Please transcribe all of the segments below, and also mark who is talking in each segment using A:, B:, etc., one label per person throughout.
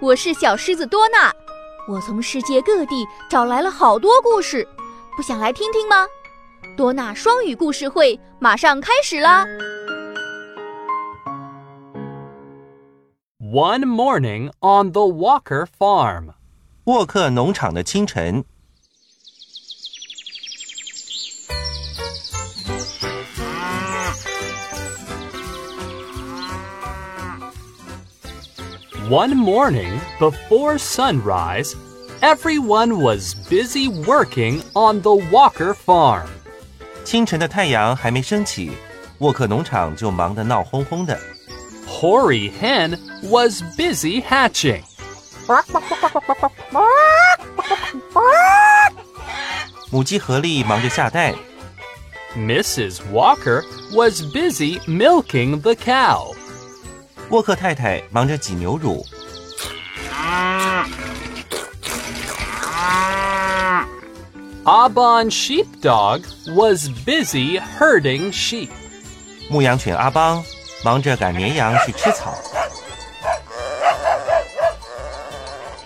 A: 我是小狮子多纳，我从世界各地找来了好多故事，不想来听听吗？多纳双语故事会马上开始啦！
B: One morning on the Walker farm.
C: 沃克农场的清晨，
B: One morning before sunrise, everyone was busy working on the Walker farm.
C: 清晨的太阳还没升起，沃克农场就忙得闹哄哄的。
B: Hori Hen was busy hatching.
D: Quack,
C: 母鸡合力忙着下蛋，
B: Mrs. Walker was busy milking the cow.
C: 沃克太太忙着挤牛乳，
B: Aban Sheepdog was busy herding sheep.
C: 牧羊犬阿邦忙着赶绵羊去吃草。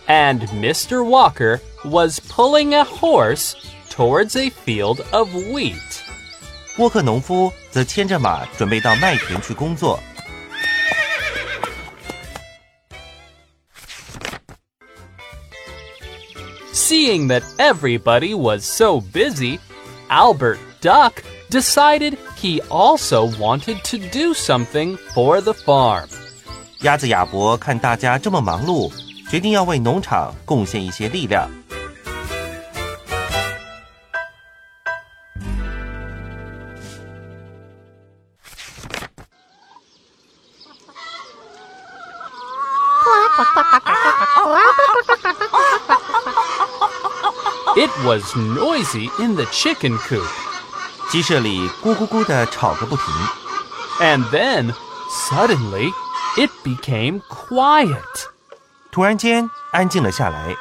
B: And Mr. Walker was pulling a horse towards a field of wheat.
C: 沃克农夫则牵着马准备到麦田去工作。
B: Seeing that everybody was so busy, Albert Duck decided he also wanted to do something for the farm.
C: 鸭子亚伯看大家这么忙碌，决定要为农场贡献一些力量。
B: It was noisy in the chicken coop,
C: 鸡舍里咕咕咕地吵个不停。
B: and then, suddenly, it became quiet.
C: 突然间安静了下来，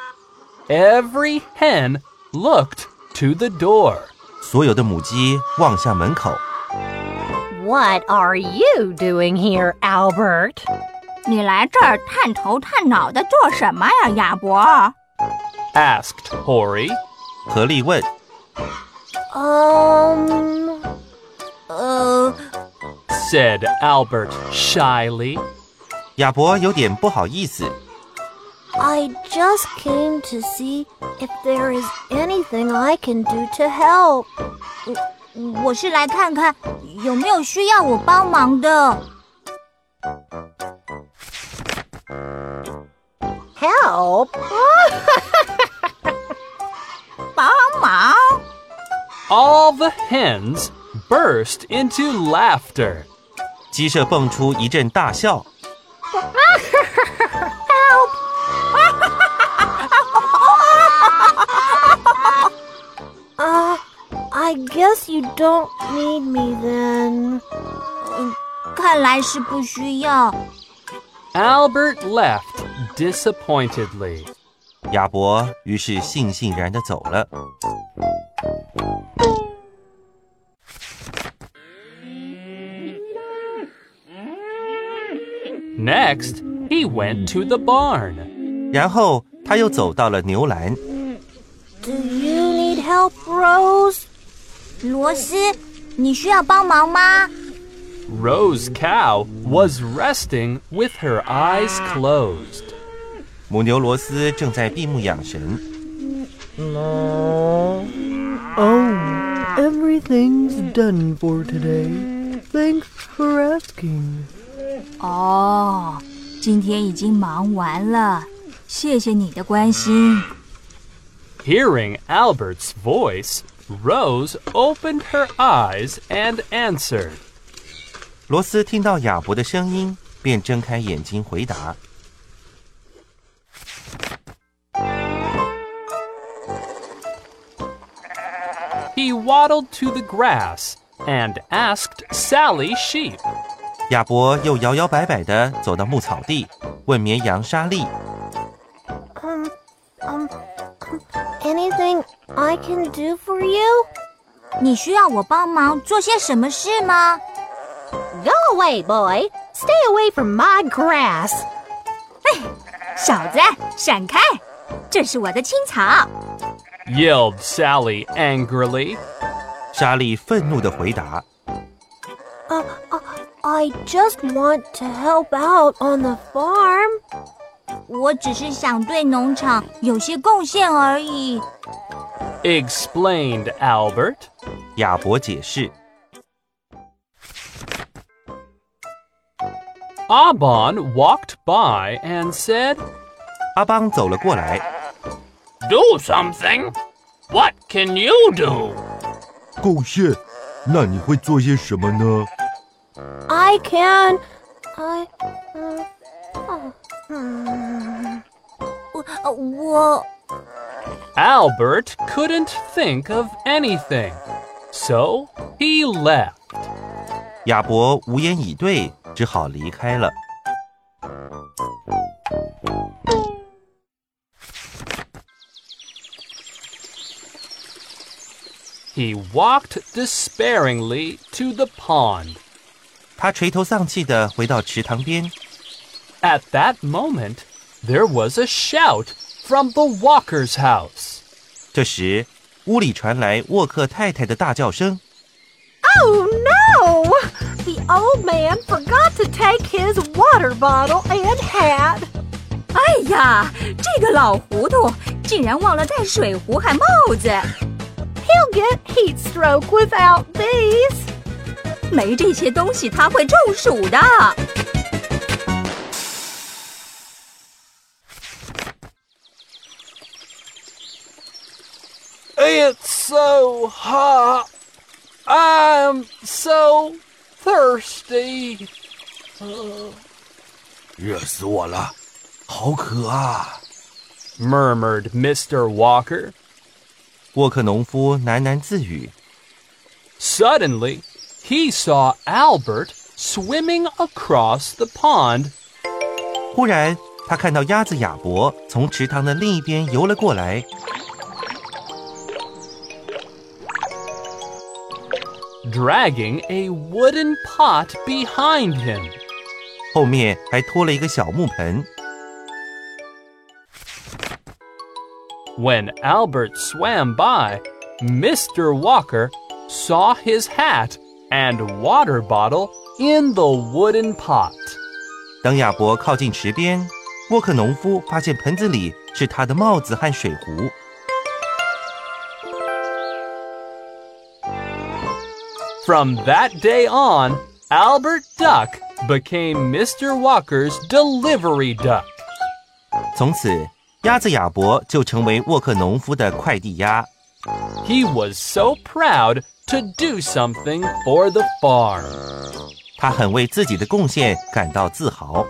B: Every hen looked to the door.
C: 所有的母鸡望向门口。
D: What are you doing here, Albert?
E: 你来这儿探头探脑的做什么呀，亚伯？
B: asked Hori.
C: 何力问
D: Um, uh,
B: Said Albert shyly.
C: 亚伯，有点不好意思。
F: I just came to see if there is anything I can do to help.
E: 我是来看看有没有需要我帮忙的。
D: help?
E: 帮忙！
B: All the hens burst into laughter.
C: 鸡舍蹦出一阵大笑。
F: Uh, I guess you don't need me then.
E: 看来是不需要。
B: Albert left disappointedly.
C: 亚伯于是悻悻然地走了。
B: Next, he went to the barn.
C: 然后他又走到了牛栏。
F: Do you need help, Rose?
E: 罗斯，你需要帮忙吗？
B: Rose Cow was resting with her eyes closed.
C: 母牛罗斯正在闭目养神。
G: Oh, everything's done for today. Thanks for asking.
E: 哦，今天已经忙完了，谢谢你的关心。
B: Hearing Albert's voice, Rose opened her eyes and answered.
C: 罗斯听到亚伯的声音，便睁开眼睛回答。
B: He waddled to the grass and asked Sally Sheep.
C: 亚伯又摇摇摆摆地走到牧草地，问绵羊莎莉。
F: Um, um, anything I can do for you?
E: 你需要我帮忙做些什么事吗？
D: Go away, boy. Stay away from my grass.
E: 哎小子，闪开！这是我的青草。
B: yelled Sally angrily.
C: 莎莉愤怒地回答
F: Uh, uh, I just want to help out on the farm.
E: 我只是想对农场有些贡献而已。
B: Explained Albert.：“
C: 亚伯解释。
B: Aban walked by and said, ”
C: 阿邦走了过来，
B: Do something? What can you do?
H: 贡献，那你会做些什么呢？
F: I can. I.
D: uh,
F: mm, oh, mm. Uh, Well,
B: Albert couldn't think of anything, so he left.
C: 亚伯无言以对，只好离开了。
B: He walked despairingly to the pond.
C: 他垂头丧气地回到池塘边，
B: At that moment, there was a shout from the Walker's house.
C: 这时，屋里传来沃克太太的大叫声。
D: Oh no! The old man forgot to take his water bottle and hat.
E: 哎呀，这个老糊涂竟然忘了带水壶和帽子！
D: He'll get heat stroke without these.
E: 没这些东西他会中暑的。
B: It's so hot. I'm so thirsty.
H: 热死我了，好渴啊！
B: murmured Mr. Walker.
C: 沃克农夫喃喃自语
B: Suddenly, he saw Albert swimming across the pond.：“
C: 忽然，他看到鸭子亚伯从池塘的另一边游了过来。
B: dragging a wooden pot behind him.
C: 后面还拖了一个小木盆。
B: When Albert swam by, Mr. Walker saw his hat and water bottle in the wooden pot.
C: 当亚伯靠近池边，沃克农夫发现盆子里是他的帽子和水壶。
B: From that day on, Albert Duck became Mr. Walker's delivery duck.
C: 从此，鸭子亚伯就成为沃克农夫的快递鸭。
B: He was so proud to do something for the farm.
C: 他很为自己的贡献感到自豪。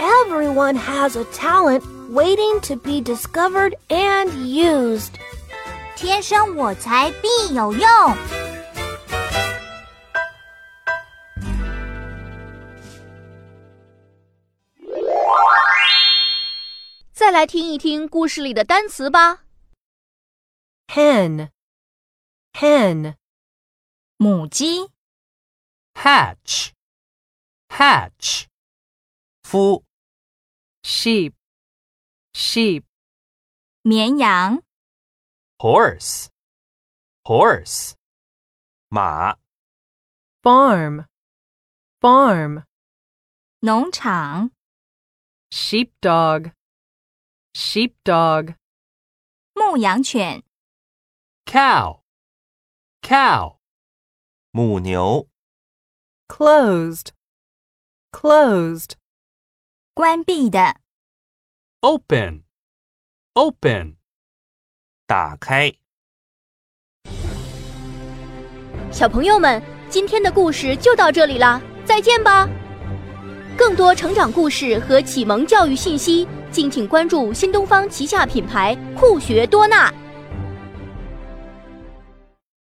F: everyone has a talent waiting to be discovered and used.
E: 天生我材必有用。
A: 再来听一听故事里的单词吧。
D: Hen. Hen.
E: 母鸡、
B: Hatch. Hatch.
C: 夫
D: Sheep. Sheep.
E: 绵羊、
B: Horse. Horse.
C: 马
D: Farm. Farm.
E: 农场、
D: Sheepdog. Sheepdog.
E: 牧羊犬、
B: cow, cow,
C: 母牛
D: Closed. Closed.
E: 关闭的、
B: open, open,
C: 打开。
A: 小朋友们，今天的故事就到这里啦，再见吧！更多成长故事和启蒙教育信息，敬请关注新东方旗下品牌酷学多纳。